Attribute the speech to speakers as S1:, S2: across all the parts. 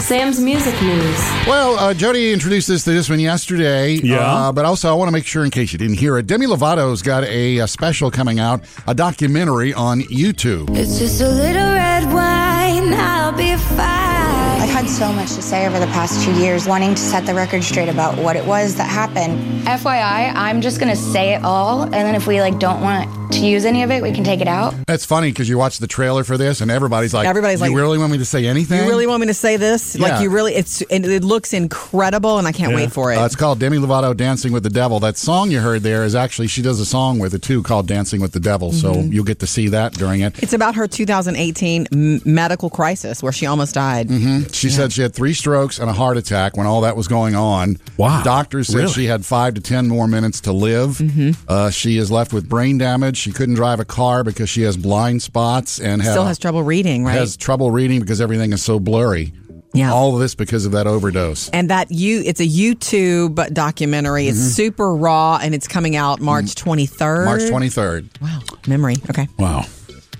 S1: Sam's music news.
S2: Well, uh, Jody introduced us to this one yesterday.
S3: Yeah.
S2: Uh, but also, I want to make sure, in case you didn't hear it, Demi Lovato's got a, uh special coming out, a documentary on YouTube.
S4: It's just a little red wine, I'll be fine.
S5: I've had so much to say over the past two years, wanting to set the record straight about what it was that happened. FYI, I'm just gonna say it all, and then if we like don't want to use any of it, we can take it out.
S2: That's funny because you watch the trailer for this, and everybody's like,
S6: Everybody's
S2: you
S6: like,
S2: really want me to say anything?
S6: You really want me to say this?
S2: Yeah.
S6: Like you really? It's it, it looks incredible, and I can't
S3: Yeah.
S6: wait for it.
S2: Uh, it's called Demi Lovato Dancing with the Devil. That song you heard there is actually, she does a song with it too called Dancing with the Devil. So
S6: Mm-hmm.
S2: you'll get to see that during it.
S6: It's about her 2018 m- medical crisis where she almost died.
S2: She said she had three strokes and a heart attack when all that was going on.
S3: Wow.
S2: Doctors said
S3: Really?
S2: she had five to 10 more minutes to live.
S6: Mm-hmm.
S2: Uh, she is left with brain damage. She couldn't drive a car because she has blind spots and
S6: Still
S2: ha-
S6: has trouble reading, right?
S2: has trouble reading because everything is so blurry.
S6: Yeah.
S2: All of this because of that overdose.
S6: and that you, it's a YouTube documentary. It's super raw, and it's coming out March 23rd.
S2: Mm-hmm. March 23rd.
S6: Wow, memory. Okay.
S3: Wow.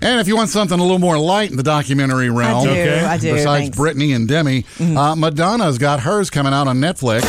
S2: And if you want something a little more light in the documentary realm,
S6: I do.
S3: Okay.
S6: I do.
S2: besides
S6: thanks. Mm-hmm.
S2: Brittany and Demi, uh, Madonna's got hers coming out on Netflix.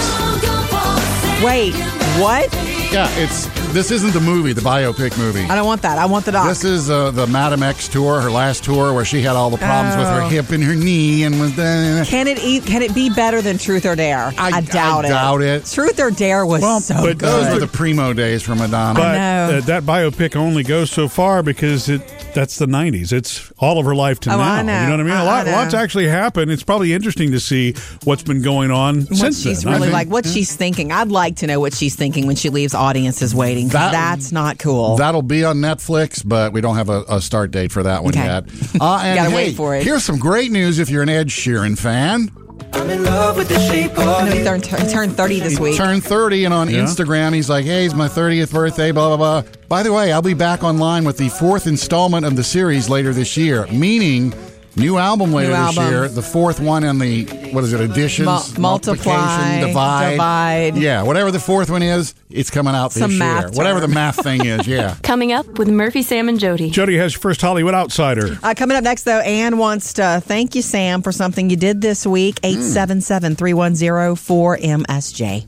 S6: Wait, what?
S2: Yeah, it's this isn't the movie, the biopic movie.
S6: I don't want that. I want the doc.
S2: This is uh, the Madam X tour, her last tour, where she had all the problems with her
S6: Oh.
S2: hip and her knee, and was the
S6: can it eat, Can it be better than Truth or Dare?
S2: I-
S6: doubt
S2: I
S6: it.
S2: doubt it.
S6: Truth or Dare was
S3: Well,
S6: so
S3: but
S6: good.
S3: those
S2: those were the primo days for Madonna.
S3: But
S6: know.
S3: uh, that biopic only goes so far because it that's the 90s. It's all of her life to
S6: Oh,
S3: now.
S6: I know.
S3: You know what I mean?
S6: I-
S3: a lot,
S6: I know.
S3: lots actually happened. It's probably interesting to see what's been going on
S6: what
S3: since
S6: she's
S3: then. I
S6: really
S3: think-
S6: like, what she's thinking. I'd like to know what she's thinking when she leaves audiences waiting. 'cause
S2: That-
S6: that's not cool.
S2: That'll be on Netflix, but we don't have a, a start date for that one
S6: Okay.
S2: yet. Uh, and
S6: Gotta
S2: hey,
S6: wait for it.
S2: Here's some great news if you're an Ed Sheeran fan.
S6: I know he turned, he turned 30 this week.
S2: Turned 30, and on
S3: Yeah.
S2: Instagram, he's like, hey, it's my 30th birthday, blah, blah, blah. By the way, I'll be back online with the fourth installment of the series later this year, meaning. New album later this
S6: album.
S2: year, the fourth one in the what is it? Additions,
S6: Mul- multiply,
S2: multiplication, divide,
S6: divide.
S2: yeah, whatever the fourth one is, it's coming out
S6: Some
S2: this year.
S6: math
S2: Whatever the
S6: term.
S2: math thing is, yeah.
S1: Coming up with Murphy, Sam, and Jody.
S3: Jody has your first Hollywood outsider.
S6: Uh, coming up next, though, Anne wants to thank you, Sam, for something you did this week. 877 310 4MSJ.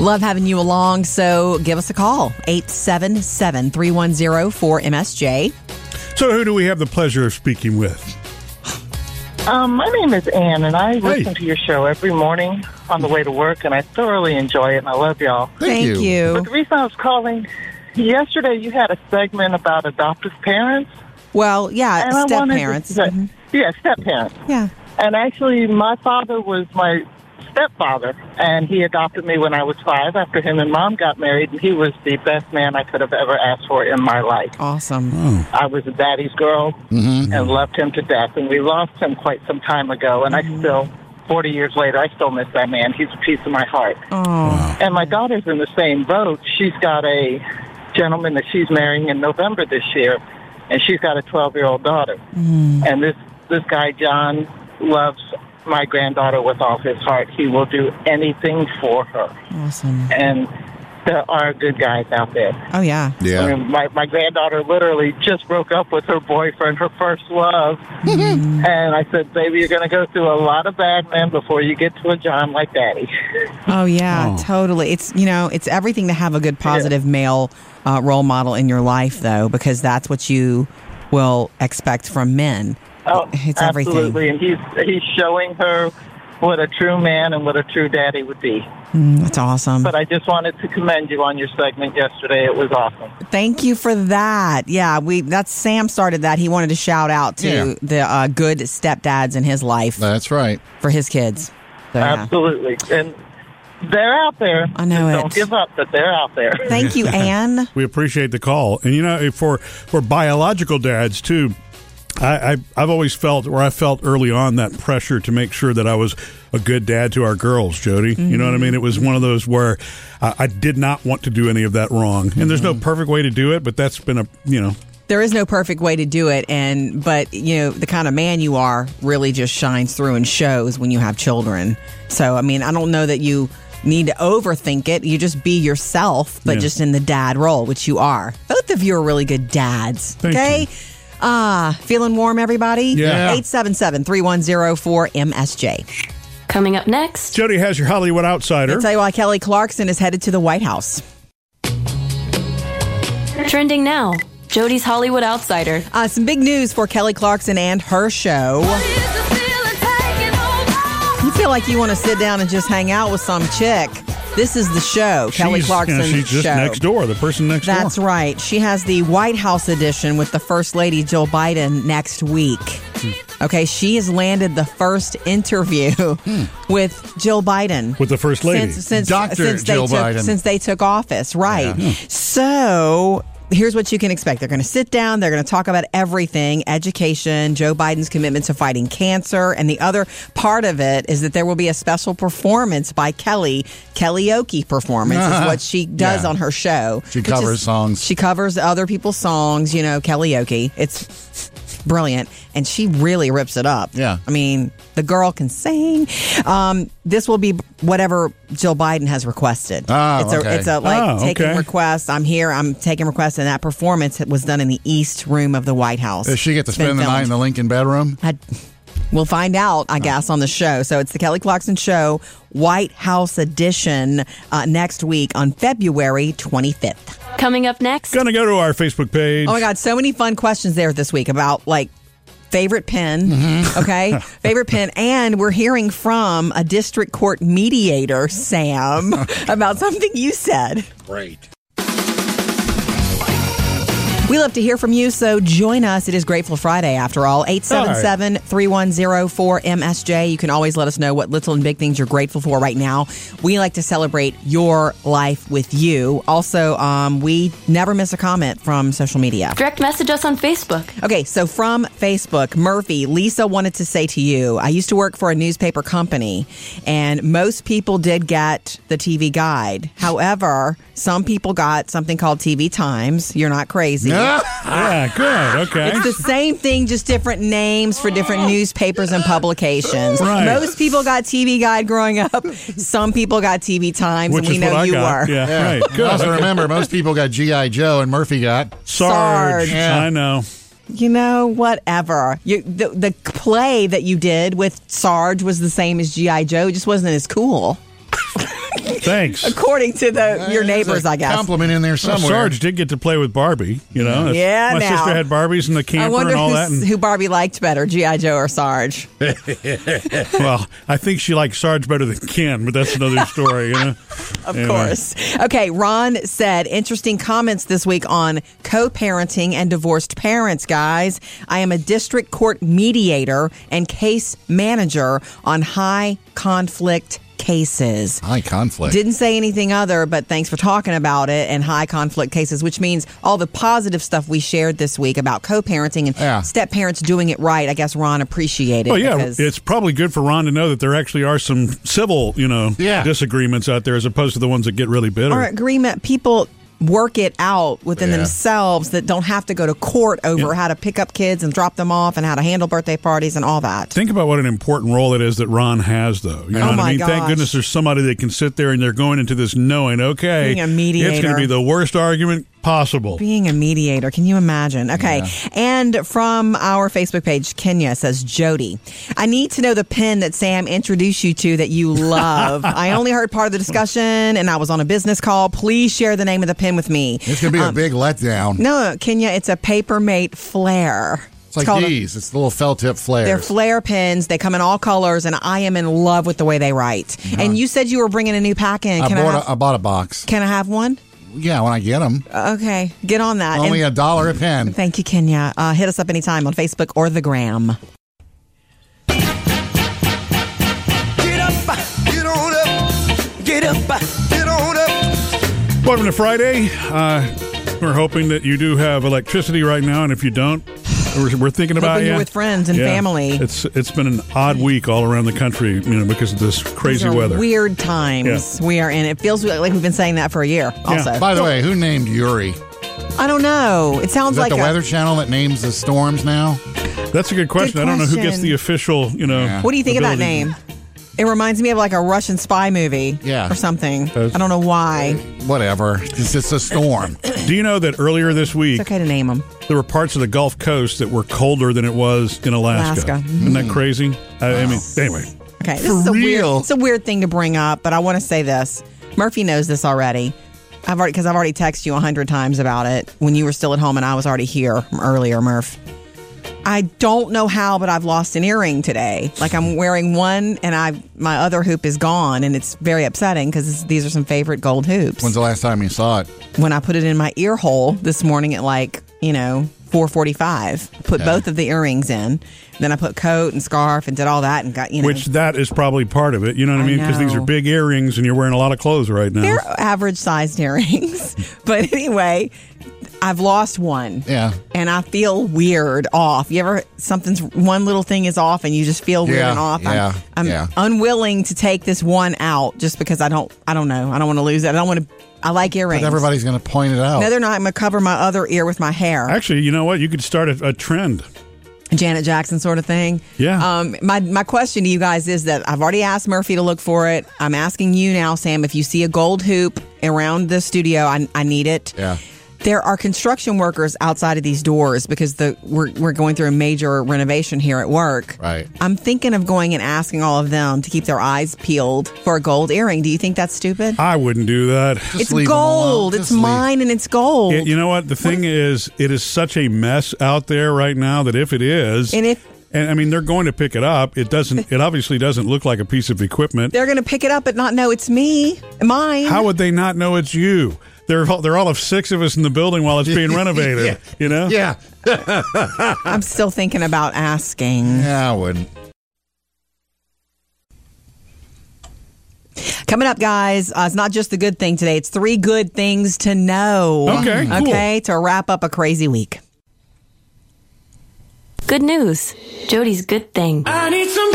S6: Love having you along, so give us a call. 877 310 4MSJ.
S3: So, who do we have the pleasure of speaking with?
S7: Um, my name is Ann, and I
S3: Hey.
S7: listen to your show every morning on the way to work, and I thoroughly enjoy it, and I love y'all.
S2: Thank you.
S7: But the reason I was calling yesterday, you had a segment about adoptive parents,
S6: Well, yeah,
S7: and I
S6: step
S7: wanted
S6: parents. mm-hmm.
S7: To, Yeah, step parents.
S6: Yeah.
S7: And actually, my father was my stepfather, and he adopted me when I was five after him and mom got married, and he was the best man I could have ever asked for in my life.
S6: Awesome.
S7: I was a daddy's girl and loved him to death. And we lost him quite some time ago. And I still, 40 years later, I still miss that man. He's a piece of my heart.
S6: Oh,
S7: And my daughter's in the same boat. She's got a gentleman that she's marrying in November this year, and she's got a 12 year old daughter. And this, this guy, John, loves my granddaughter with all his heart. He will do anything for her.
S6: awesome.
S7: And there are good guys out there.
S6: Oh, yeah.
S2: Yeah.
S7: I mean, my, my granddaughter literally just broke up with her boyfriend, her first love. and I said, baby, you're going to go through a lot of bad men before you get to a John like daddy.
S6: Oh yeah,
S3: Oh.
S6: totally. It's you know, it's everything to have a good positive male uh, role model in your life though, because that's what you will expect from men.
S7: Oh,
S6: it's everything.
S7: absolutely. And he's, he's showing her what a true man and what a true daddy would be.
S6: Mm, That's awesome.
S7: But I just wanted to commend you on your segment yesterday. It was awesome.
S6: Thank you for that. Yeah, we that's Sam started that. He wanted to shout out to
S2: Yeah.
S6: the uh, good stepdads in his life
S2: That's right.
S6: for his kids. So, yeah.
S7: Absolutely. And they're out there.
S6: I know
S7: Just
S6: it.
S7: Don't give up that they're out there.
S6: Thank you, Anne.
S3: We appreciate the call, and you know, for for biological dads too. I, I I've always felt, or I felt early on, that pressure to make sure that I was a good dad to our girls, Jody. You know what I
S6: Mm-hmm.
S3: mean? It was one of those where I, I did not want to do any of that wrong, and there's
S6: Mm-hmm.
S3: no perfect way to do it, but that's been a you know.
S6: There is no perfect way to do it, and but you know the kind of man you are really just shines through and shows when you have children. So I mean, I don't know that you need to overthink it. You just be yourself, but
S3: Yeah.
S6: just in the dad role, which you are. Both of you are really good dads.
S3: Thank
S6: okay.
S3: you.
S6: Ah, feeling warm, everybody?
S3: Yeah.
S6: 877 310 4MSJ.
S1: Coming up next,
S3: Jody has your Hollywood Outsider.
S6: I'll tell you why Kelly Clarkson is headed to the White House.
S1: trending now, Jody's Hollywood Outsider.
S6: Uh, some big news for Kelly Clarkson and her show. You feel like you want to sit down and just hang out with some chick. This is the show, Kelly
S3: She's-
S6: Clarkson's
S3: yeah, she's just
S6: show.
S3: next door, the person next
S6: That's
S3: door.
S6: right. She has the White House edition with the First Lady Jill Biden next week.
S3: Hmm.
S6: Okay, she has landed the first interview with Jill Biden.
S3: With the First Lady.
S6: Since, since,
S2: Dr.
S6: since
S2: Jill
S6: they took,
S2: Biden.
S6: Since they took office, right.
S3: Hmm.
S6: So. Here's what you can expect. They're going to sit down. They're going to talk about everything education, Joe Biden's commitment to fighting cancer. And the other part of it is that there will be a special performance by Kelly. Kellyoke performance is what she does
S2: Yeah.
S6: on her show.
S2: She
S6: which is-
S2: covers songs.
S6: She covers other people's songs, you know, karaoke. It's brilliant. And she really rips it up.
S2: Yeah.
S6: I mean, the girl can sing. Um, this will be whatever Jill Biden has requested.
S2: Oh,
S6: it's a,
S2: okay.
S6: it's a like
S3: Oh,
S6: taking
S3: okay.
S6: requests. I'm here. I'm taking requests. And that performance was done in the East Room of the White House.
S2: Does she get to
S6: It's been
S2: spend the night in
S6: filmed.
S2: the Oh. Lincoln bedroom?
S6: I, we'll find out, I guess, on the show. So it's the Kelly Clarkson Show, White House edition, uh, next week on February 25th.
S1: Coming up next,
S3: Gonna go to our Facebook page.
S6: Oh my God, so many fun questions there this week about like favorite pen, okay? favorite pen. And we're hearing from a district court mediator, Sam, about something you said.
S2: Great.
S6: We love to hear from you, so join us. It is Grateful Friday, after all. 877 310 4MSJ. You can always let us know what little and big things you're grateful for right now. We like to celebrate your life with you. Also, um, we never miss a comment from social media.
S1: direct message us on Facebook.
S6: Okay, so from Facebook, Murphy, Lisa wanted to say to you, I used to work for a newspaper company, and most people did get the TV guide. However, some people got something called TV Times. You're not crazy.
S3: yeah, good. Okay.
S6: It's the same thing, just different names for different newspapers and publications.
S3: Right.
S6: Most people got TV Guide growing up. Some people got TV Times,
S3: Which
S6: and we
S3: is
S6: know
S3: what I
S6: you
S3: got.
S6: were.
S3: Yeah,
S2: Yeah.
S3: right. Good.
S2: Also remember, most people got GI Joe, and Murphy got
S3: Sarge.
S6: Sarge.
S2: Yeah.
S3: I know.
S6: You know, whatever. You, the, the play that you did with Sarge was the same as G.I. Joe, it just wasn't as cool,
S3: Thanks.
S6: according to the your
S2: There's
S6: neighbors,
S2: a
S6: I guess.
S2: Compliment in there
S3: Well,
S2: somewhere.
S3: Sarge did get to play with Barbie, you know. That's-
S6: Yeah,
S3: my
S6: now.
S3: sister had Barbies and the
S6: I
S3: camper
S6: wonder
S3: and all that.
S6: who's,
S3: And,
S6: who Barbie liked better, G.I. Joe or Sarge.
S3: well, I think she liked Sarge better than Ken, but that's another story, you know.
S6: Of
S3: Anyway.
S6: course. Okay, Ron said interesting comments this week on co parenting and divorced parents, guys. I am a district court mediator and case manager on high conflict cases.
S2: High conflict.
S6: Didn't say anything other, but thanks for talking about it and high conflict cases, which means all the positive stuff we shared this week about co parenting and
S2: Yeah.
S6: step parents doing it right. I guess Ron appreciated
S3: Well, Oh, yeah,
S6: because-
S3: it's probably good for Ron to know that there actually are some civil, you know,
S2: Yeah.
S3: disagreements out there as opposed to the ones that get really bitter.
S6: our agreement people work it out within
S2: Yeah.
S6: themselves that don't have to go to court over how to pick up kids and drop them off and how to handle birthday parties and all that.
S3: Think about what an important role it is that Ron has, though. You know
S6: Oh
S3: what
S6: my
S3: I mean? Thank
S6: gosh.
S3: goodness there's somebody that can sit there and they're going into this knowing, okay,
S6: Being a
S3: it's going
S6: mediator.
S3: to be the worst argument possible.
S6: Being a mediator, can you imagine? Okay. And from our Facebook page, Kenya says, Jody, I need to know the pen that Sam introduced you to that you love. I only heard part of the discussion and I was on a business call. Please share the name of the pen with me.
S2: It's gonna be a big letdown.
S6: um, No, Kenya, it's a Papermate Flare.
S2: it's like
S6: called a-
S2: these. it's the little felt tip flares.
S6: They're flare pens. They come in all colors, and I am in love with the way they write. And you said you were bringing a new pack in.
S2: I
S6: Can I,
S2: bought
S6: have,
S2: a, I bought a box.
S6: can I have one?
S2: Yeah, when I get them,
S6: Okay, get on that.
S2: only
S6: And
S2: a dollar a pen.
S6: thank you, Kenya. Uh, hit us up anytime on Facebook or the Gram.
S8: Get up, get on up, get up, get on up.
S3: Welcome to Friday. Uh, we're hoping that you do have electricity right now, and if you don't, we're, we're thinking about
S6: Hoping
S3: you.
S6: you're with friends and
S3: Yeah.
S6: family.
S3: It's it's been an odd week all around the country, you know, because of this
S6: These
S3: crazy
S6: are
S3: weather.
S6: Weird times we are in. It feels like we've been saying that for a year. Also,
S2: By the way, who named Yuri? Is
S6: I don't know. It sounds
S2: that
S6: like
S2: the
S6: a,
S2: Weather Channel that names the storms now?
S3: That's a good question. I don't know who gets
S6: question.
S3: the official, you know.
S2: Yeah.
S6: What do you think of that
S3: ability.
S6: name? It reminds me of like a Russian spy movie
S2: Yeah.
S6: or something.
S3: That's-
S6: I don't know why.
S2: Whatever. It's just a storm.
S3: Do you know that earlier this week
S6: It's okay to name them.
S3: there were parts of the Gulf Coast that were colder than it was in Alaska?
S6: Alaska. Mm.
S3: Isn't that crazy? I, I mean, anyway,
S6: Okay, this
S2: For
S6: is a
S2: real?
S6: weird. It's a weird thing to bring up, but I want to say this. Murphy knows this already. I've already because I've already texted you a hundred times about it when you were still at home and I was already here earlier, Murph. I don't know how, but I've lost an earring today. Like I'm wearing one, and I my other hoop is gone, and it's very upsetting because these are some favorite gold hoops.
S2: When's the last time you saw it?
S6: when I put it in my ear hole this morning at like, you know, 445, put both of the earrings in. Then I put coat and scarf and did all that and got, you know,
S3: which that is probably part of it. You know what I
S6: I
S3: mean? Because these
S6: know.
S3: are big earrings and you're wearing a lot of clothes right now.
S6: they're average sized earrings. but anyway, I've lost one.
S2: Yeah.
S6: And I feel weird off. You ever, something's, one little thing is off and you just feel weird
S2: Yeah,
S6: and off.
S2: yeah,
S6: I'm, I'm
S2: yeah.
S6: unwilling to take this one out just because I don't, I don't know. I don't want to lose it. I don't want to, I like earrings.
S2: But everybody's going to point it out.
S6: no, they're not. I'm going to cover my other ear with my hair.
S3: Actually, you know what? You could start a, a trend.
S6: Janet Jackson sort of thing.
S3: Yeah.
S6: Um, my my question to you guys is that I've already asked Murphy to look for it. I'm asking you now, Sam, if you see a gold hoop around the studio, I, I need it.
S2: Yeah.
S6: There are construction workers outside of these doors because the we're we're going through a major renovation here at work.
S2: Right.
S6: I'm thinking of going and asking all of them to keep their eyes peeled for a gold earring. Do you think that's stupid?
S3: I wouldn't do that.
S2: Just
S6: it's
S2: leave them alone.
S6: gold.
S2: Just
S6: It's
S2: leave-
S6: mine and it's gold.
S3: It- you know what? The thing is, it is such a mess out there right now that if it is,
S6: And if-
S3: and I mean they're going to pick it up. It doesn't. It obviously doesn't look like a piece of equipment.
S6: They're going to pick it up but not know it's me, mine.
S3: How would they not know it's you? They're all, they're all of six of us in the building while it's being renovated.
S2: Yeah.
S3: You know.
S2: Yeah.
S6: I'm still thinking about asking.
S2: Yeah, I wouldn't.
S6: Coming up, guys, uh, it's not just the good thing today. It's three good things to know.
S3: Okay, cool.
S6: Okay, to wrap up a crazy week.
S1: Good news. Jody's good thing.
S8: I need some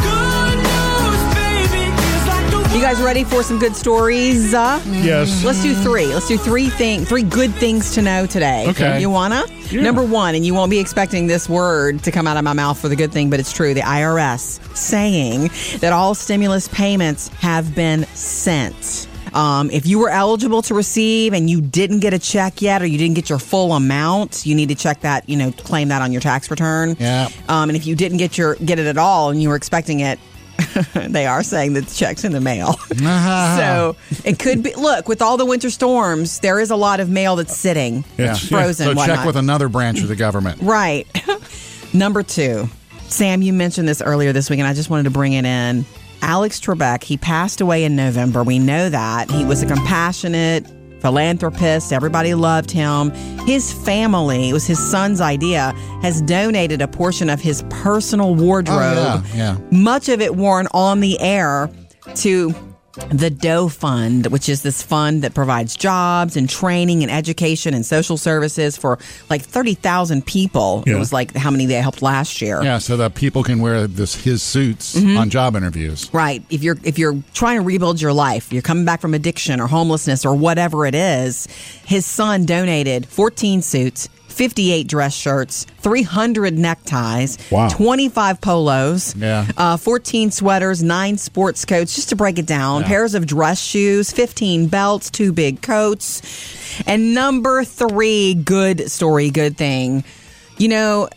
S8: good news, baby. Feels like the
S6: You guys ready for some good stories? Uh,
S3: Yes.
S6: Let's do three. Let's do three thing, three good things to know today.
S3: Okay.
S6: You wanna?
S3: Yeah.
S6: Number one, and you won't be expecting this word to come out of my mouth for the good thing, but it's true. The IRS saying that all stimulus payments have been sent. Um, if you were eligible to receive and you didn't get a check yet, or you didn't get your full amount, you need to check that. You know, claim that on your tax return.
S2: Yeah.
S6: Um, and if you didn't get your get it at all, and you were expecting it, they are saying that the check's in the mail.
S2: Uh-huh.
S6: so it could be. Look, with all the winter storms, there is a lot of mail that's sitting
S3: Yeah.
S6: frozen.
S2: So
S6: whatnot.
S2: check with another branch of the government.
S6: Right. Number two, Sam, you mentioned this earlier this week, and I just wanted to bring it in. Alex Trebek, he passed away in November. We know that. He was a compassionate philanthropist. Everybody loved him. His family, it was his son's idea, has donated a portion of his personal wardrobe,
S2: yeah, Oh, yeah.
S6: much of it worn on the air, to the Doe Fund, which is this fund that provides jobs and training and education and social services for like 30,000 people.
S3: Yeah.
S6: It was like how many they helped last year.
S2: Yeah, so that people can wear this his suits on job interviews.
S6: Right. If you're if you're trying to rebuild your life, you're coming back from addiction or homelessness or whatever it is, his son donated 14 suits, 58 dress shirts, 300 neckties,
S3: Wow.
S6: 25 polos,
S2: Yeah.
S6: uh, 14 sweaters, 9 sports coats, just to break it down, pairs of dress shoes, 15 belts, two big coats. And number 3, good story, good thing. You know,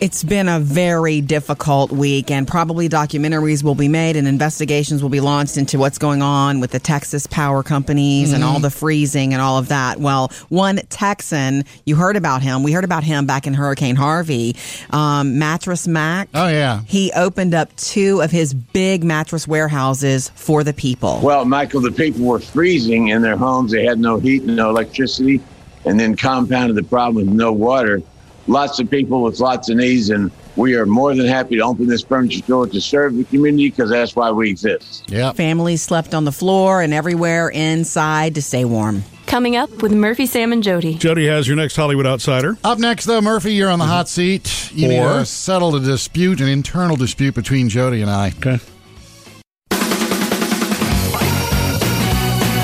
S6: it's been a very difficult week, and probably documentaries will be made and investigations will be launched into what's going on with the Texas power companies and
S2: Mm-hmm.
S6: all the freezing and all of that. Well, one Texan, you heard about him. We heard about him back in Hurricane Harvey. Um, Mattress Mac.
S2: Oh, yeah.
S6: He opened up two of his big mattress warehouses for the people.
S9: Well, Michael, the people were freezing in their homes. They had no heat, no electricity, and then compounded the problem with no water. Lots of people with lots of needs, and we are more than happy to open this furniture store to serve the community because that's why we exist.
S2: Yep.
S6: Families slept on the floor and everywhere inside to stay warm.
S1: Coming up with Murphy, Sam, and Jody.
S3: Jody has your next Hollywood outsider.
S2: Up next, though, Murphy, you're on the hot seat. You need
S3: Or-
S2: to settle a dispute, an internal dispute between Jody and I.
S3: Okay.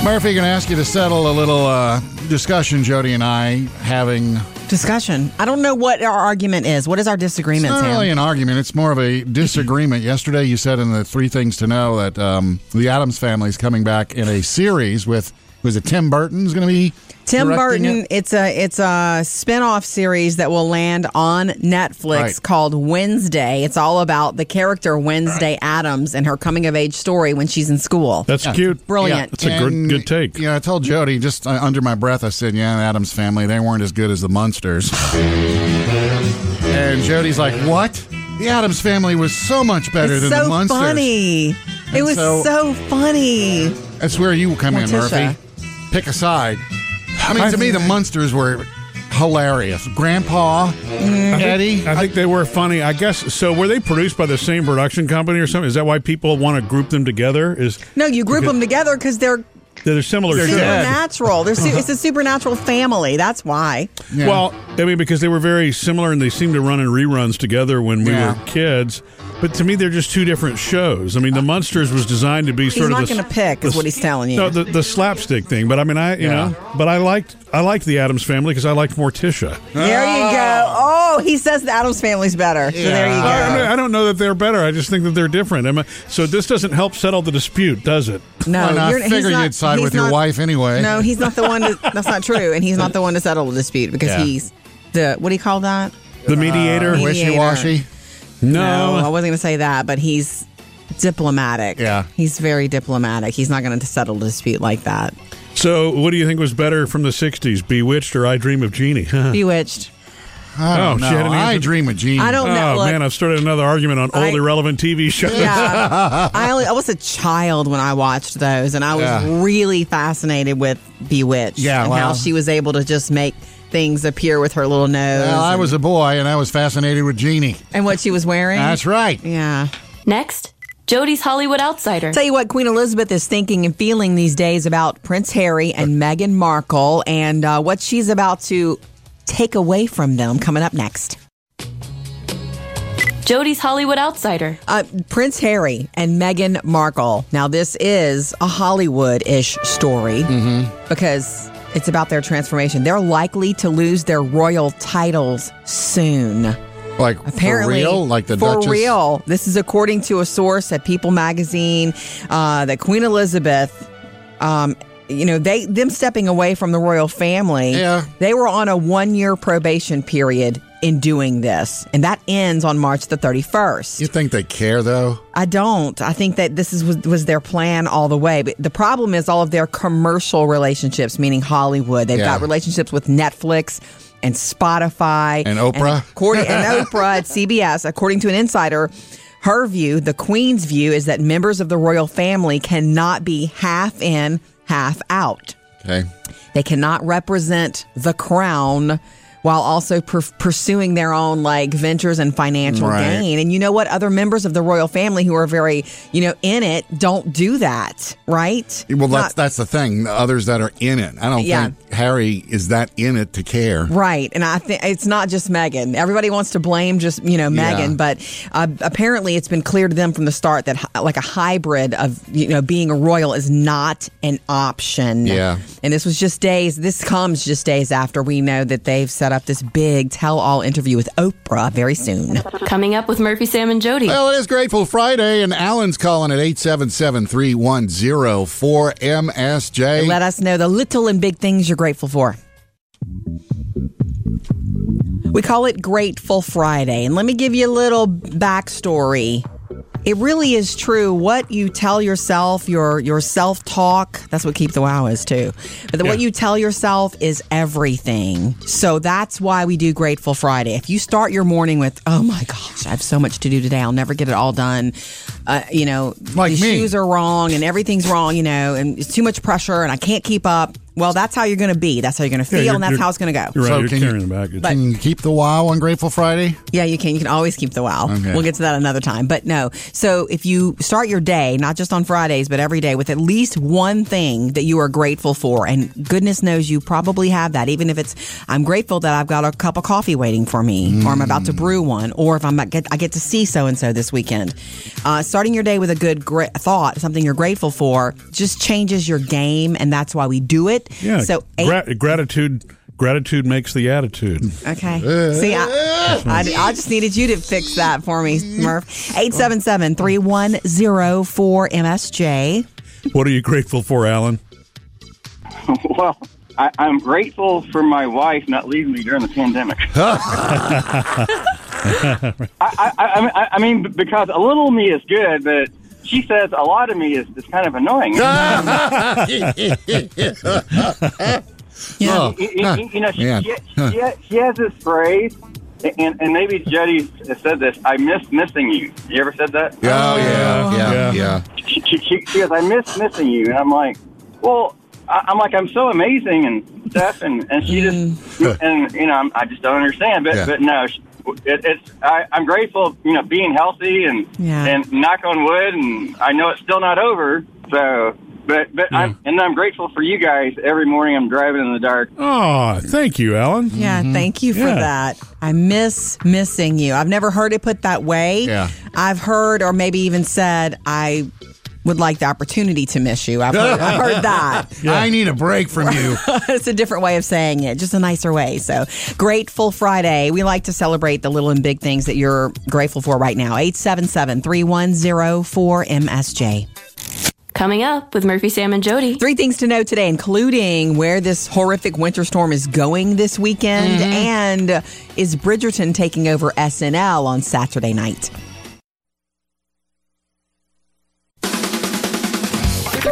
S2: Murphy, going to ask you to settle a little uh, discussion Jody and I having
S6: Discussion. I don't know what our argument is. What is our disagreement,
S2: It's not
S6: Sam?
S2: really an argument. It's more of a disagreement. Yesterday, you said in the three things to know that um, the Adams family is coming back in a series with was it Tim Burton's going to be
S6: Tim
S2: directing
S6: Burton.
S2: it?
S6: It's a it's a spin-off series that will land on Netflix
S2: Right.
S6: called Wednesday. It's all about the character Wednesday Adams and her coming of age story when she's in school.
S3: That's cute.
S6: Brilliant.
S3: That's a good
S2: And,
S3: good take.
S2: Yeah, I told Jody just uh, under my breath. I said, "Yeah, the Adams family. They weren't as good as the Munsters." and Jody's like, "What? The Adams family was so much better
S6: It's
S2: than the
S6: so
S2: Munsters."
S6: funny. It
S2: And
S6: was
S2: so-
S6: so, funny.
S2: That's where you come in,
S6: Morticia.
S2: Murphy. Pick a side. I mean, to me, the Munsters were hilarious. Grandpa,
S6: Mm-hmm.
S2: Eddie.
S3: I think they were funny. I guess so. Were they produced by the same production company or something? Is that why people want to group them together? Is
S6: No, you group them together because they're
S3: they're
S2: Oh,
S3: similar? shows.
S6: supernatural. They're su- it's a supernatural family. That's why.
S2: Yeah.
S3: Well, I mean, because they were very similar and they seemed to run in reruns together when we
S2: Yeah.
S3: were kids. But to me, they're just two different shows. I mean, The Munsters was designed to be sort of
S6: not
S3: the-
S6: gonna pick, is
S3: the-
S6: what he's telling you.
S3: No, the, the slapstick thing. But I mean, I you
S2: Yeah.
S3: know, but I liked I liked the Adams Family because I liked Morticia.
S6: There you go. Oh, he says the Adams family's better. So there you
S2: Ah. Yeah.
S6: go.
S3: I, I mean, I don't know that they're better. I just think that they're different. I mean, so this doesn't help settle the dispute, does it?
S6: No,
S2: Well, I
S6: you're- he's
S2: figure
S6: not-
S2: you'd side
S6: he's
S2: with your
S6: not-
S2: wife anyway.
S6: No, he's not the one. To, that's not true, and he's not the one to settle the dispute because
S2: Yeah.
S6: he's the what do you call that?
S3: The mediator?
S6: Uh,
S2: Wishy washy.
S3: no.
S6: I wasn't going to say that, but he's diplomatic.
S2: Yeah.
S6: he's very diplomatic. He's not going to settle a dispute like that.
S3: So, what do you think was better from the '60s, Bewitched or I Dream of Jeannie?
S6: Bewitched.
S2: I don't
S3: Oh, she
S2: know.
S3: had an
S2: I
S3: answer.
S2: dream of Gene.
S6: I don't know.
S3: oh
S6: Look,
S3: man, I've started another argument on old
S6: I-
S3: irrelevant TV shows.
S6: yeah, I only, I was a child when I watched those, and I was
S2: Yeah.
S6: really fascinated with Bewitched.
S2: Yeah,
S6: and
S2: wow.
S6: how she was able to just make things appear with her little nose.
S2: Well, I
S6: and-
S2: was a boy and I was fascinated with Jeannie.
S6: and what she was wearing.
S2: That's right.
S6: yeah.
S1: Next, Jody's Hollywood Outsider.
S6: Tell you what, Queen Elizabeth is thinking and feeling these days about Prince Harry and Meghan Markle and uh, what she's about to take away from them coming up next.
S1: Jody's Hollywood Outsider.
S6: Uh, Prince Harry and Meghan Markle. Now, this is a Hollywood ish story because it's about their transformation. They're likely to lose their royal titles soon.
S2: Like
S6: Apparently,
S2: for real, like the
S6: for
S2: Duchess.
S6: real. This is according to a source at People Magazine uh, that Queen Elizabeth, um, you know, they them stepping away from the royal family.
S2: Yeah.
S6: they were on a one year probation period in doing this, and that ends on March the thirty first.
S2: You think they care though?
S6: I don't. I think that this is was, was their plan all the way. But the problem is all of their commercial relationships, meaning Hollywood. They've
S2: Yeah.
S6: got relationships with Netflix and Spotify
S2: And Oprah.
S6: according, and Oprah at CBS. According to an insider, her view, the Queen's view, is that members of the royal family cannot be half in, half out.
S2: Okay.
S6: They cannot represent the crown while also per- pursuing their own like ventures and financial
S2: Right.
S6: gain. And you know what? Other members of the royal family who are very, you know, in it don't do that, right?
S2: Well, that's
S6: Not-
S2: that's the thing. The others that are in it, I don't
S6: Yeah.
S2: think Harry is that in it to care.
S6: Right, and I think it's not just Megan. Everybody wants to blame just you
S2: Yeah.
S6: know Megan, but uh, apparently it's been clear to them from the start that hi- like a hybrid of you know being a royal is not an option.
S2: Yeah.
S6: and this was just days. This comes just days after we know that they've set up this big tell-all interview with Oprah very soon.
S2: Mm-hmm.
S1: Coming up with Murphy, Sam, and Jody.
S2: Well, it is Grateful Friday, and Alan's calling at 877 310 4MSJ.
S6: Let us know the little and big things you're grateful for. We call it Grateful Friday. And let me give you a little backstory. It really is true. What you tell yourself, your your self talk, that's what keep the wow is too. But the, what
S3: Yeah.
S6: you tell yourself is everything. So that's why we do Grateful Friday. If you start your morning with, "Oh my gosh, I have so much to do today. I'll never get it all done," uh, you know,
S2: Like
S6: these
S2: me.
S6: shoes are wrong and everything's wrong, you know, and it's too much pressure and I can't keep up. Well, that's how you're going to be. That's how you're going to feel,
S3: you're-
S6: and that's
S3: you're-
S6: how it's going to go.
S3: You're right.
S2: So
S3: you're
S2: can you-
S3: carrying the baggage.
S6: But-
S2: Can you keep the wow on Grateful Friday?
S6: Yeah, you can. You can always keep the wow.
S2: Okay.
S6: We'll get to that another time. But no, so if you start your day, not just on Fridays, but every day with at least one thing that you are grateful for, and goodness knows you probably have that, even if it's, I'm grateful that I've got a cup of coffee waiting for me, or I'm about to brew one, or if I'm about get, I get to see so and so this weekend. Uh, starting your day with a good gra- thought, something you're grateful for, just changes your game, and that's why we do it.
S3: yeah.
S6: So, eight,
S3: gra- gratitude Gratitude makes the attitude.
S6: Okay. See, I, I, I just needed you to fix that for me, Murph. 877-3104-MSJ.
S3: What are you grateful for, Alan?
S10: Well, I, I'm grateful for my wife not leaving me during the pandemic. I, I, I mean- I, I mean, because a little me is good, but she says a lot of me is, is kind of annoying.
S2: Oh,
S10: you, you-
S2: huh,
S10: you- you know, she,
S2: man.
S10: she,
S2: Huh.
S10: she, she has this phrase, and, and maybe Jody said this I miss missing you. You ever said that?
S2: Oh, yeah, yeah,
S3: Yeah.
S2: yeah.
S10: she, she, she, she goes, I miss missing you. And I'm like, well, I, I'm like, I'm so amazing and stuff. And, and she just, and, you know, I'm, I just don't understand. But,
S2: Yeah.
S10: but no, she, it, it's, I, I'm grateful, you know, being healthy and,
S6: Yeah.
S10: and knock on wood. And I know it's still not over. So, but, but I'm, and I'm grateful for you guys. Every morning I'm driving in the dark.
S3: Oh, thank you, Alan.
S6: Yeah, thank you for
S3: Yeah.
S6: that. I miss missing you. I've never heard it put that way.
S2: Yeah.
S6: I've heard or maybe even said I would like the opportunity to miss you. I've heard, I've heard that.
S2: I need a break from you.
S6: it's a different way of saying it, just a nicer way. So, Grateful Friday. We like to celebrate the little and big things that you're grateful for right now. 877 310
S1: Coming up with Murphy, Sam, and Jody.
S6: Three things to know today, including where this horrific winter storm is going this weekend and uh, is Bridgerton taking over SNL on Saturday night?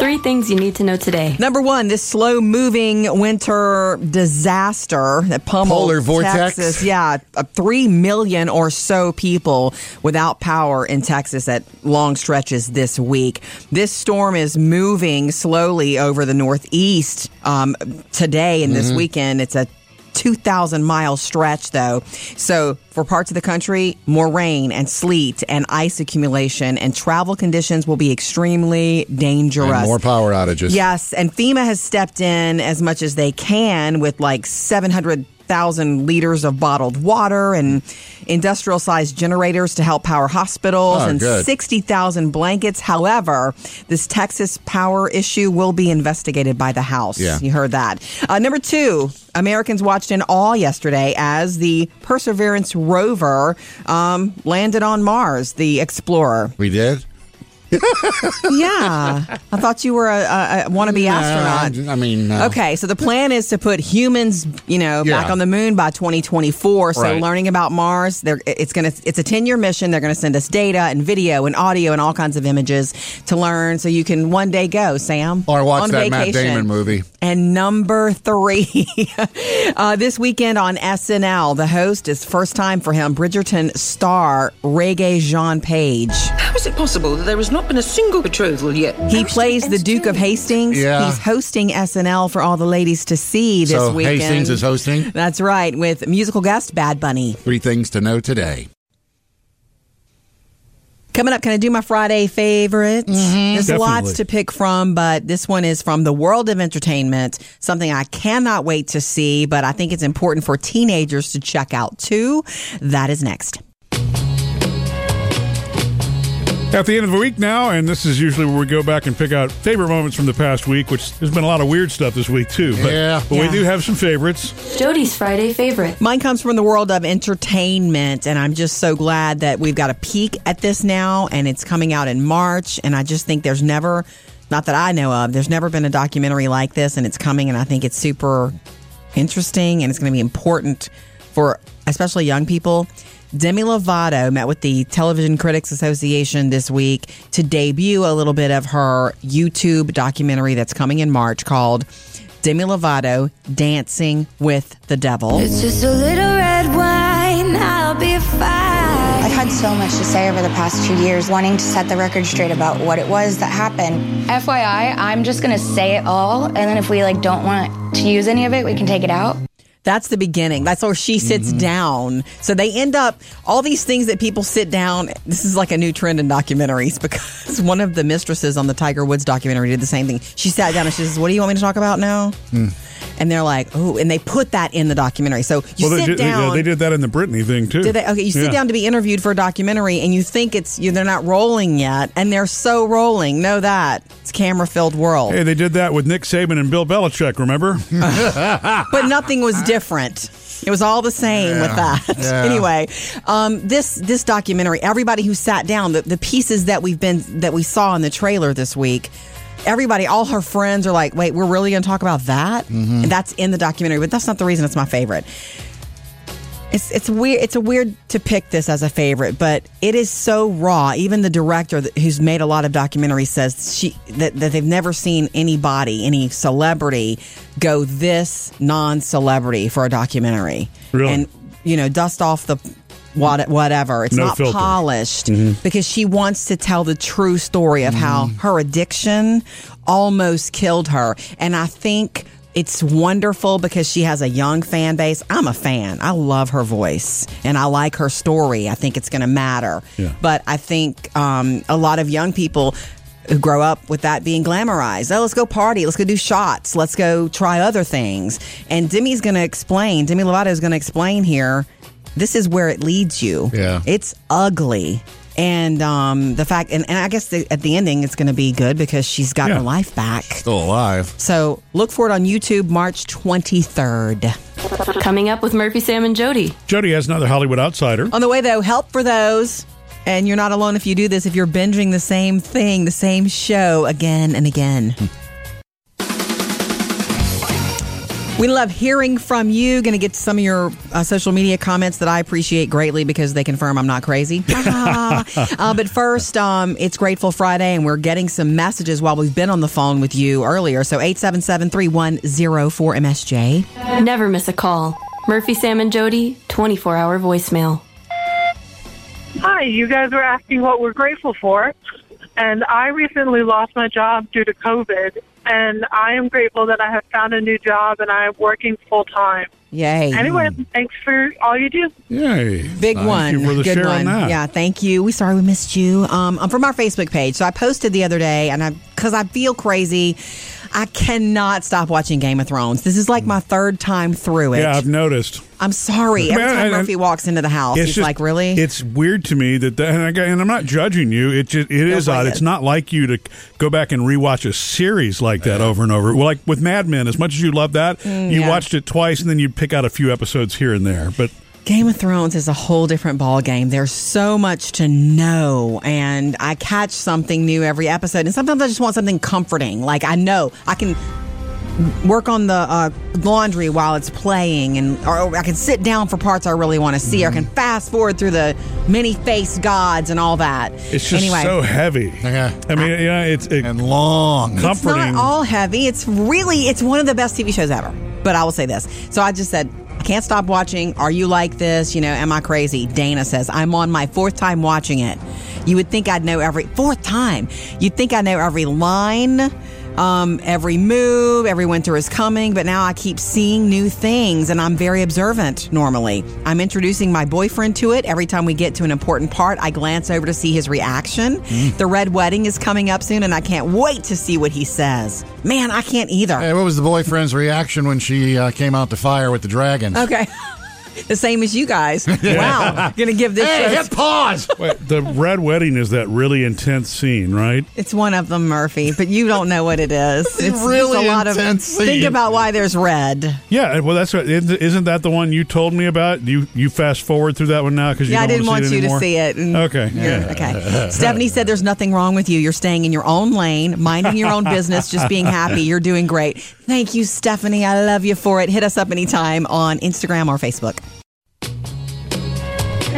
S1: Three things you need to know today.
S6: Number one, this slow moving winter disaster that pummeled
S2: Polar vortex.
S6: Texas. Yeah, uh, three million or so people without power in Texas at long stretches this week. This storm is moving slowly over the Northeast um, today and
S2: Mm-hmm.
S6: this weekend. It's a 2,000 mile stretch, though. So, for parts of the country, more rain and sleet and ice accumulation, and travel conditions will be extremely dangerous.
S2: And more power outages.
S6: Yes, and FEMA has stepped in as much as they can with like 700,000 liters of bottled water and industrial sized generators to help power hospitals
S2: Oh,
S6: and
S2: good.
S6: 60,000 blankets. However, this Texas power issue will be investigated by the House.
S2: Yeah.
S6: You heard that. Uh, number two, Americans watched in awe yesterday as the Perseverance rover um, landed on Mars, the Explorer.
S2: We did?
S6: yeah. I thought you were a, a, a wannabe
S2: No,
S6: astronaut.
S2: I'm just- Uh, I mean, uh, no.
S6: Okay, so the plan is to put humans, you know, back
S2: Yeah.
S6: on the moon by 2024. So
S2: Right.
S6: learning about Mars, they're, it's gonna it's a 10 year mission. They're gonna send us data and video and audio and all kinds of images to learn, so you can one day go, Sam,
S2: Or watch
S6: on
S2: that Matt
S6: vacation.
S2: Damon movie.
S6: And number three, uh, this weekend on SNL, the host is first time for him, Bridgerton star Reggae Jean Page.
S11: How is it possible that there has not been a single betrothal yet?
S6: He plays the Duke of Hastings.
S2: Yeah.
S6: He's hosting SNL for all the ladies to see this
S2: so
S6: weekend.
S2: Hastings is hosting.
S6: That's right, with musical guest Bad Bunny.
S2: Three things to know today.
S6: Coming up, can I do my Friday favorites? There's
S3: Definitely.
S6: lots to pick from, but this one is from the world of entertainment, something I cannot wait to see, but I think it's important for teenagers to check out too. That is next.
S3: At the end of the week now, and this is usually where we go back and pick out favorite moments from the past week, which there's been a lot of weird stuff this week too. But,
S2: Yeah.
S3: but we
S6: Yeah.
S3: do have some favorites.
S1: Jody's Friday favorite.
S6: Mine comes from the world of entertainment, and I'm just so glad that we've got a peek at this now, and it's coming out in March. And I just think there's never, not that I know of, there's never been a documentary like this, and it's coming, and I think it's super interesting, and it's going to be important for especially young people. Demi Lovato met with the Television Critics Association this week to debut a little bit of her YouTube documentary that's coming in March called Demi Lovato Dancing with the Devil.
S4: It's just a little red wine, I'll be fine.
S5: I've had so much to say over the past two years, wanting to set the record straight about what it was that happened. FYI, I'm just gonna say it all, and then if we like don't want to use any of it, we can take it out.
S6: That's the beginning. That's where she sits
S3: Mm-hmm.
S6: down. So they end up all these things that people sit down. This is like a new trend in documentaries because one of the
S3: Hmm.
S6: mistresses on the Tiger Woods documentary did the same thing. She sat down and she says, "What do you want me to talk about now?" and they're like, oh, and they put that in the documentary. So you
S3: they
S6: sit
S3: did,
S6: down.
S3: yeah, they did that in the Britney thing too.
S6: Did they? Okay, you sit
S3: Yeah.
S6: down to be interviewed for a documentary, and you think it's you, they're not rolling yet, and they're so rolling. Know that it's camera filled world,
S3: Hey, they did that with Nick Saban and Bill Belichick. Remember?
S6: but nothing was different. It was all the same with
S3: Yeah.
S6: that.
S3: Yeah.
S6: Anyway, um, this this documentary, everybody who sat down, the, the pieces that we've been that we saw in the trailer this week. Everybody, all her friends are like, wait, we're really going to talk about that?
S3: Mm-hmm.
S12: Mhm.
S6: And that's in the documentary, but that's not the reason it's my favorite. It's it's weird. It's a weird to pick this as a favorite, but it is so raw. Even the director, that- who's made a lot of documentaries, says she that, that they've never seen anybody, any celebrity, go this non-celebrity for a documentary.
S12: Really?
S6: And you know, dust off the what, whatever. It's
S12: No
S6: not
S12: filter.
S6: polished
S12: Mhm.
S6: because she wants to tell the true story of how her addiction almost killed her. And I think it's wonderful because she has a young fan base. I'm a fan. I love her voice and I like her story. I think it's going to matter.
S12: Yeah.
S6: But I think um, a lot of young people who grow up with that being glamorized. Oh, let's go party. Let's go do shots. Let's go try other things. And Demi's going to explain, Demi Lovato is going to explain here this is where it leads you. Yeah. It's ugly. And um, the fact, and, and I guess the, at the ending, it's going to be good because she's got her life back.
S2: Still alive.
S6: So look for it on YouTube March 23rd.
S1: Coming up with Murphy, Sam, and Jody.
S3: Jody has another Hollywood outsider.
S6: On the way, though, help for those. And you're not alone if you do this, if you're binging the same thing, the same show again and again. We love hearing from you. Going to get some of your uh, social media comments that I appreciate greatly because they confirm I'm not crazy. uh, but first, um, it's Grateful Friday, and we're getting some messages while we've been on the phone with you earlier. So 877 3104 MSJ.
S1: Never miss a call. Murphy, Sam, and Jody, 24 hour voicemail.
S13: Hi, you guys were asking what we're grateful for. And I recently lost my job due to COVID. And I am grateful that I have found a new job and I am working full time.
S6: Yay.
S13: Anyway, thanks for all you do.
S3: Yay.
S6: Big one.
S3: Thank you for the
S6: Good
S3: share
S6: one.
S3: on that.
S6: Yeah, thank you. We sorry we missed you. Um, I'm from our Facebook page. So I posted the other day, and I because I feel crazy, I cannot stop watching Game of Thrones. This is like my third time through it.
S3: Yeah, I've noticed.
S6: I'm sorry. Every
S3: Man,
S6: time
S3: and-
S6: Murphy walks into the house,
S3: It's
S6: he's
S3: just-
S6: like, "Really?"
S3: It's weird to me that, that and, I, and I'm not judging you. It just, it is odd. It's not like you to go back and rewatch a series like that over and over. Well, like with Mad Men, as much as you love that,
S6: Mm,
S3: you
S6: yeah.
S3: watched it twice and then you'd pick out a few episodes here and there. But
S6: Game of Thrones is a whole different ball game. There's so much to know, and I catch something new every episode. And sometimes I just want something comforting. Like I know I can work on the uh, laundry while it's playing, and or I can sit down for parts I really want to see. Or I
S3: Mm-hmm.
S6: can fast forward through the many faced gods and all that.
S3: it's just
S6: anyway,
S3: so heavy. I mean, yeah, it's it, and long,
S6: It's
S3: comforting.
S6: not all heavy. It's really it's one of the best TV shows ever. But I will say this. So I just said I can't stop watching. Are you like this? You know, am I crazy? Dana says I'm on my fourth time watching it. You would think I'd know every fourth time. You'd think I know every line. Um, every move, every winter is coming, but now I keep seeing new things and I'm very observant normally. I'm introducing my boyfriend to it. Every time we get to an important part, I glance over to see his reaction. The red wedding is coming up soon and I can't wait to see what he says. Man, I can't either.
S2: Hey, what was the boyfriend's reaction when she uh, came out to fire with the dragons?
S6: Okay. the same as you guys. Wow. Gonna give this
S2: Hey,
S6: show-
S2: hit pause.
S3: Wait, the red wedding is that really intense scene, right?
S6: It's one of them, Murphy, but you don't know what it is. It's just
S2: really
S6: a lot
S2: intense
S6: of
S2: scene.
S6: think about why there's red.
S3: Yeah, well, that's what isn't isn't that the one you told me about? You you fast forward through that one now because
S6: yeah, I
S3: you
S6: didn't
S3: don't
S6: want
S3: see
S6: you
S3: it
S6: to
S3: anymore?
S6: see it. and
S3: Okay,
S6: you're-
S3: yeah.
S6: Okay. Stephanie said there's nothing wrong with you. You're staying in your own lane, minding your own business, just being happy. You're doing great. Thank you, Stephanie. I love you for it. Hit us up anytime on Instagram or Facebook.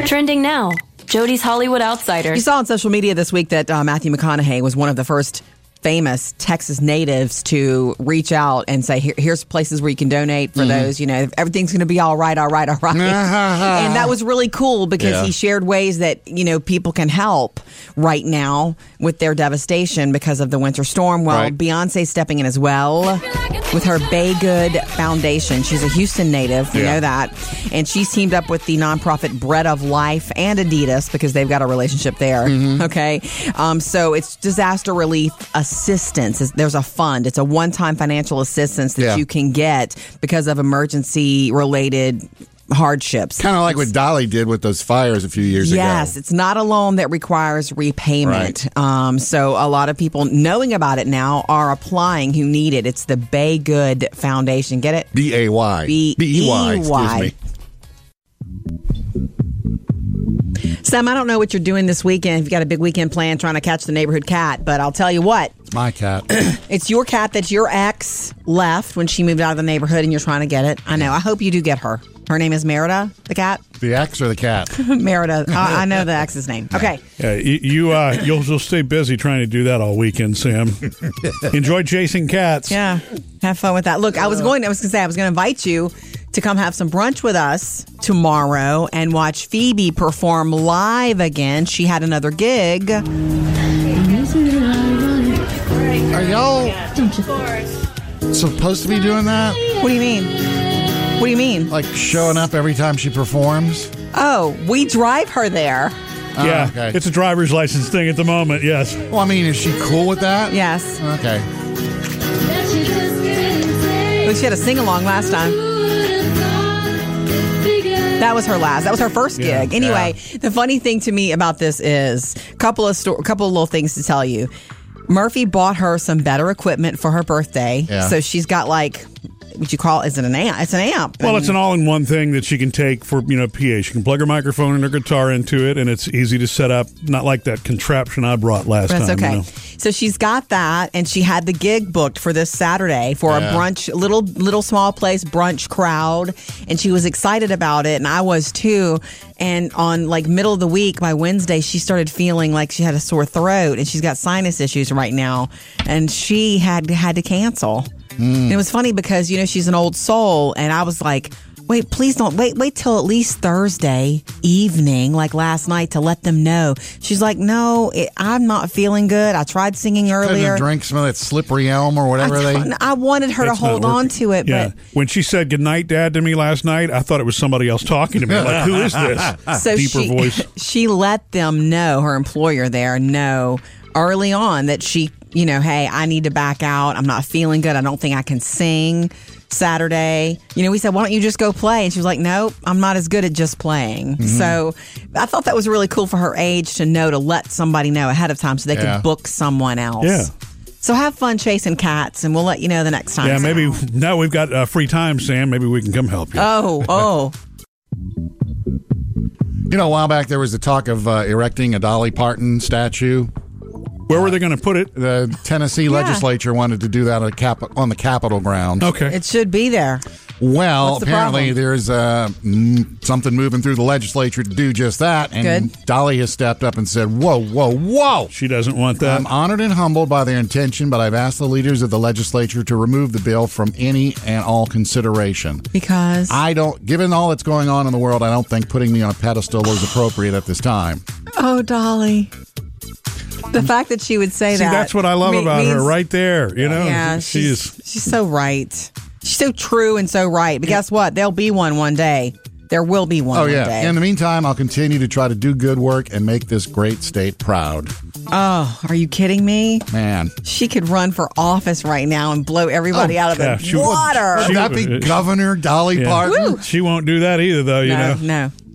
S1: Trending now Jody's Hollywood Outsider.
S6: You saw on social media this week that uh, Matthew McConaughey was one of the first famous Texas natives to reach out and say, Here, "Here's places where you can donate for
S12: Mhm.
S6: those. You know, everything's going to be all right, all right, all right." and that was really cool because
S12: Yeah.
S6: he shared ways that you know people can help right now with their devastation because of the winter storm. Well,
S12: Right.
S6: Beyonce stepping in as well with her Bay Good Foundation. She's a Houston native, we
S12: Yeah.
S6: know that, and she's teamed up with the nonprofit Bread of Life and Adidas because they've got a relationship there. Okay, um, so it's disaster relief, a assistance. It's- There's a fund. It's a one-time financial assistance that
S2: Yeah.
S6: you can get because of emergency-related hardships.
S2: Kind of like what Dolly did with those fires a few years
S6: yes,
S2: ago.
S6: it's not a loan that requires repayment. Um, so a lot of people knowing about it now are applying who need it. It's the Bay Good Foundation. Get it?
S2: B A Y.
S6: B
S2: E Y. Excuse me.
S6: Sam, I don't know what you're doing this weekend. If you got a big weekend plan trying to catch the neighborhood cat, but I'll tell you what.
S2: It's my cat.
S6: It's your cat that your ex left when she moved out of the neighborhood and you're trying to get it. I know. I hope you do get her. Her name is Merida, the cat.
S2: the ex or the cat?
S6: Merida. I, I know the ex's name. Okay.
S3: Yeah, you, you uh, you'll, you'll stay busy trying to do that all weekend, Sam. Enjoy chasing cats.
S6: Yeah. Have fun with that. Look, I was going I was gonna say I was gonna invite you to come have some brunch with us tomorrow and watch Phoebe perform live again. She had another gig.
S2: Are y'all supposed to be doing that?
S6: What do you mean? What do you mean?
S2: Like showing up every time she performs?
S6: Oh, we drive her there.
S3: Yeah, it's a driver's license thing at the moment. Yes.
S2: Well, I mean, is she cool with that?
S6: Yes.
S2: Okay.
S6: But she had a sing along last time. That was her last. That was her first
S12: Yeah.
S6: gig. Anyway, the funny thing to me about this is a couple of sto- couple of little things to tell you. Murphy bought her some better equipment for her birthday,
S3: Yeah.
S6: so she's got like what you call is it an amp? It's an amp.
S3: Well, it's an all-in-one thing that she can take for you know PA. She can plug her microphone and her guitar into it, and it's easy to set up. Not like that contraption I brought last
S6: That's
S3: time. you
S6: okay.
S3: know.
S6: So she's got that, and she had the gig booked for this Saturday for
S3: Yeah.
S6: a brunch, little little small place brunch crowd, and she was excited about it, and I was too. And on like middle of the week by Wednesday, she started feeling like she had a sore throat, and she's got sinus issues right now, and she had had to cancel. And it was funny because you know she's an old soul, and I was like. Wait, please don't wait. Wait till at least Thursday evening, like last night, to let them know. She's like, no, it, I'm not feeling good. I tried singing
S2: Couldn't
S6: earlier.
S2: have drank some of that slippery elm or whatever they.
S6: And I wanted her
S3: It's
S6: to
S3: not
S6: hold
S3: working.
S6: on to it,
S3: Yeah. When she said goodnight, Dad, to me last night, I thought it was somebody else talking to me. Like, who is
S6: but
S3: this?
S6: so
S3: Deeper
S6: she
S3: voice.
S6: she let them know her employer there know early on that she, you know, hey, I need to back out. I'm not feeling good. I don't think I can sing Saturday. You know, we said, why don't you just go play? And she was like, nope, I'm not as good at just playing.
S3: Mm-hmm.
S12: Mhm.
S6: So I thought that was really cool for her age to know to let somebody know ahead of time so they
S3: Yeah.
S6: could book someone else.
S3: Yeah.
S6: So have fun chasing cats, and we'll let you know the next time.
S3: Yeah, maybe now we've got uh, free time, Sam. Maybe we can come help you.
S6: Oh, oh.
S2: You know, a while back there was the talk of uh, erecting a Dolly Parton statue.
S3: Where were they going to put it?
S2: The Tennessee
S6: Yeah.
S2: legislature wanted to do that on, cap- on the Capitol grounds.
S3: Okay.
S6: It should be there.
S2: Well,
S6: What's the
S2: apparently
S6: problem?
S2: there's uh, mm, something moving through the legislature to do just that, and Dolly has stepped up and said, "Whoa, whoa, whoa!"
S3: She doesn't want that.
S2: I'm
S6: Um,
S2: honored and humbled by their intention, but I've asked the leaders of the legislature to remove the bill from any and all consideration.
S6: Because
S2: I don't, given all that's going on in the world, I don't think putting me on a pedestal was appropriate at this time.
S6: Oh, Dolly. The fact that she would say
S3: See,
S6: that.
S3: that's what I love
S6: me-
S3: about her
S6: means-
S3: right there. You know,
S6: Yeah,
S3: she
S6: she's,
S3: is.
S6: she's so right. She's so true and so right. But guess what? There'll be one one day. There will be one
S2: oh
S6: one
S2: yeah.
S6: day.
S2: In the meantime, I'll continue to try to do good work and make this great state proud.
S6: oh, are you kidding me?
S2: Man,
S6: She could run for office right now and blow everybody
S2: Oh,
S6: out of
S2: yeah,
S6: the
S2: she would.
S6: water.
S2: Would that be Governor Dolly
S3: Yeah.
S2: Parton?
S3: She won't do that either, though. You
S6: No,
S3: know,
S6: no.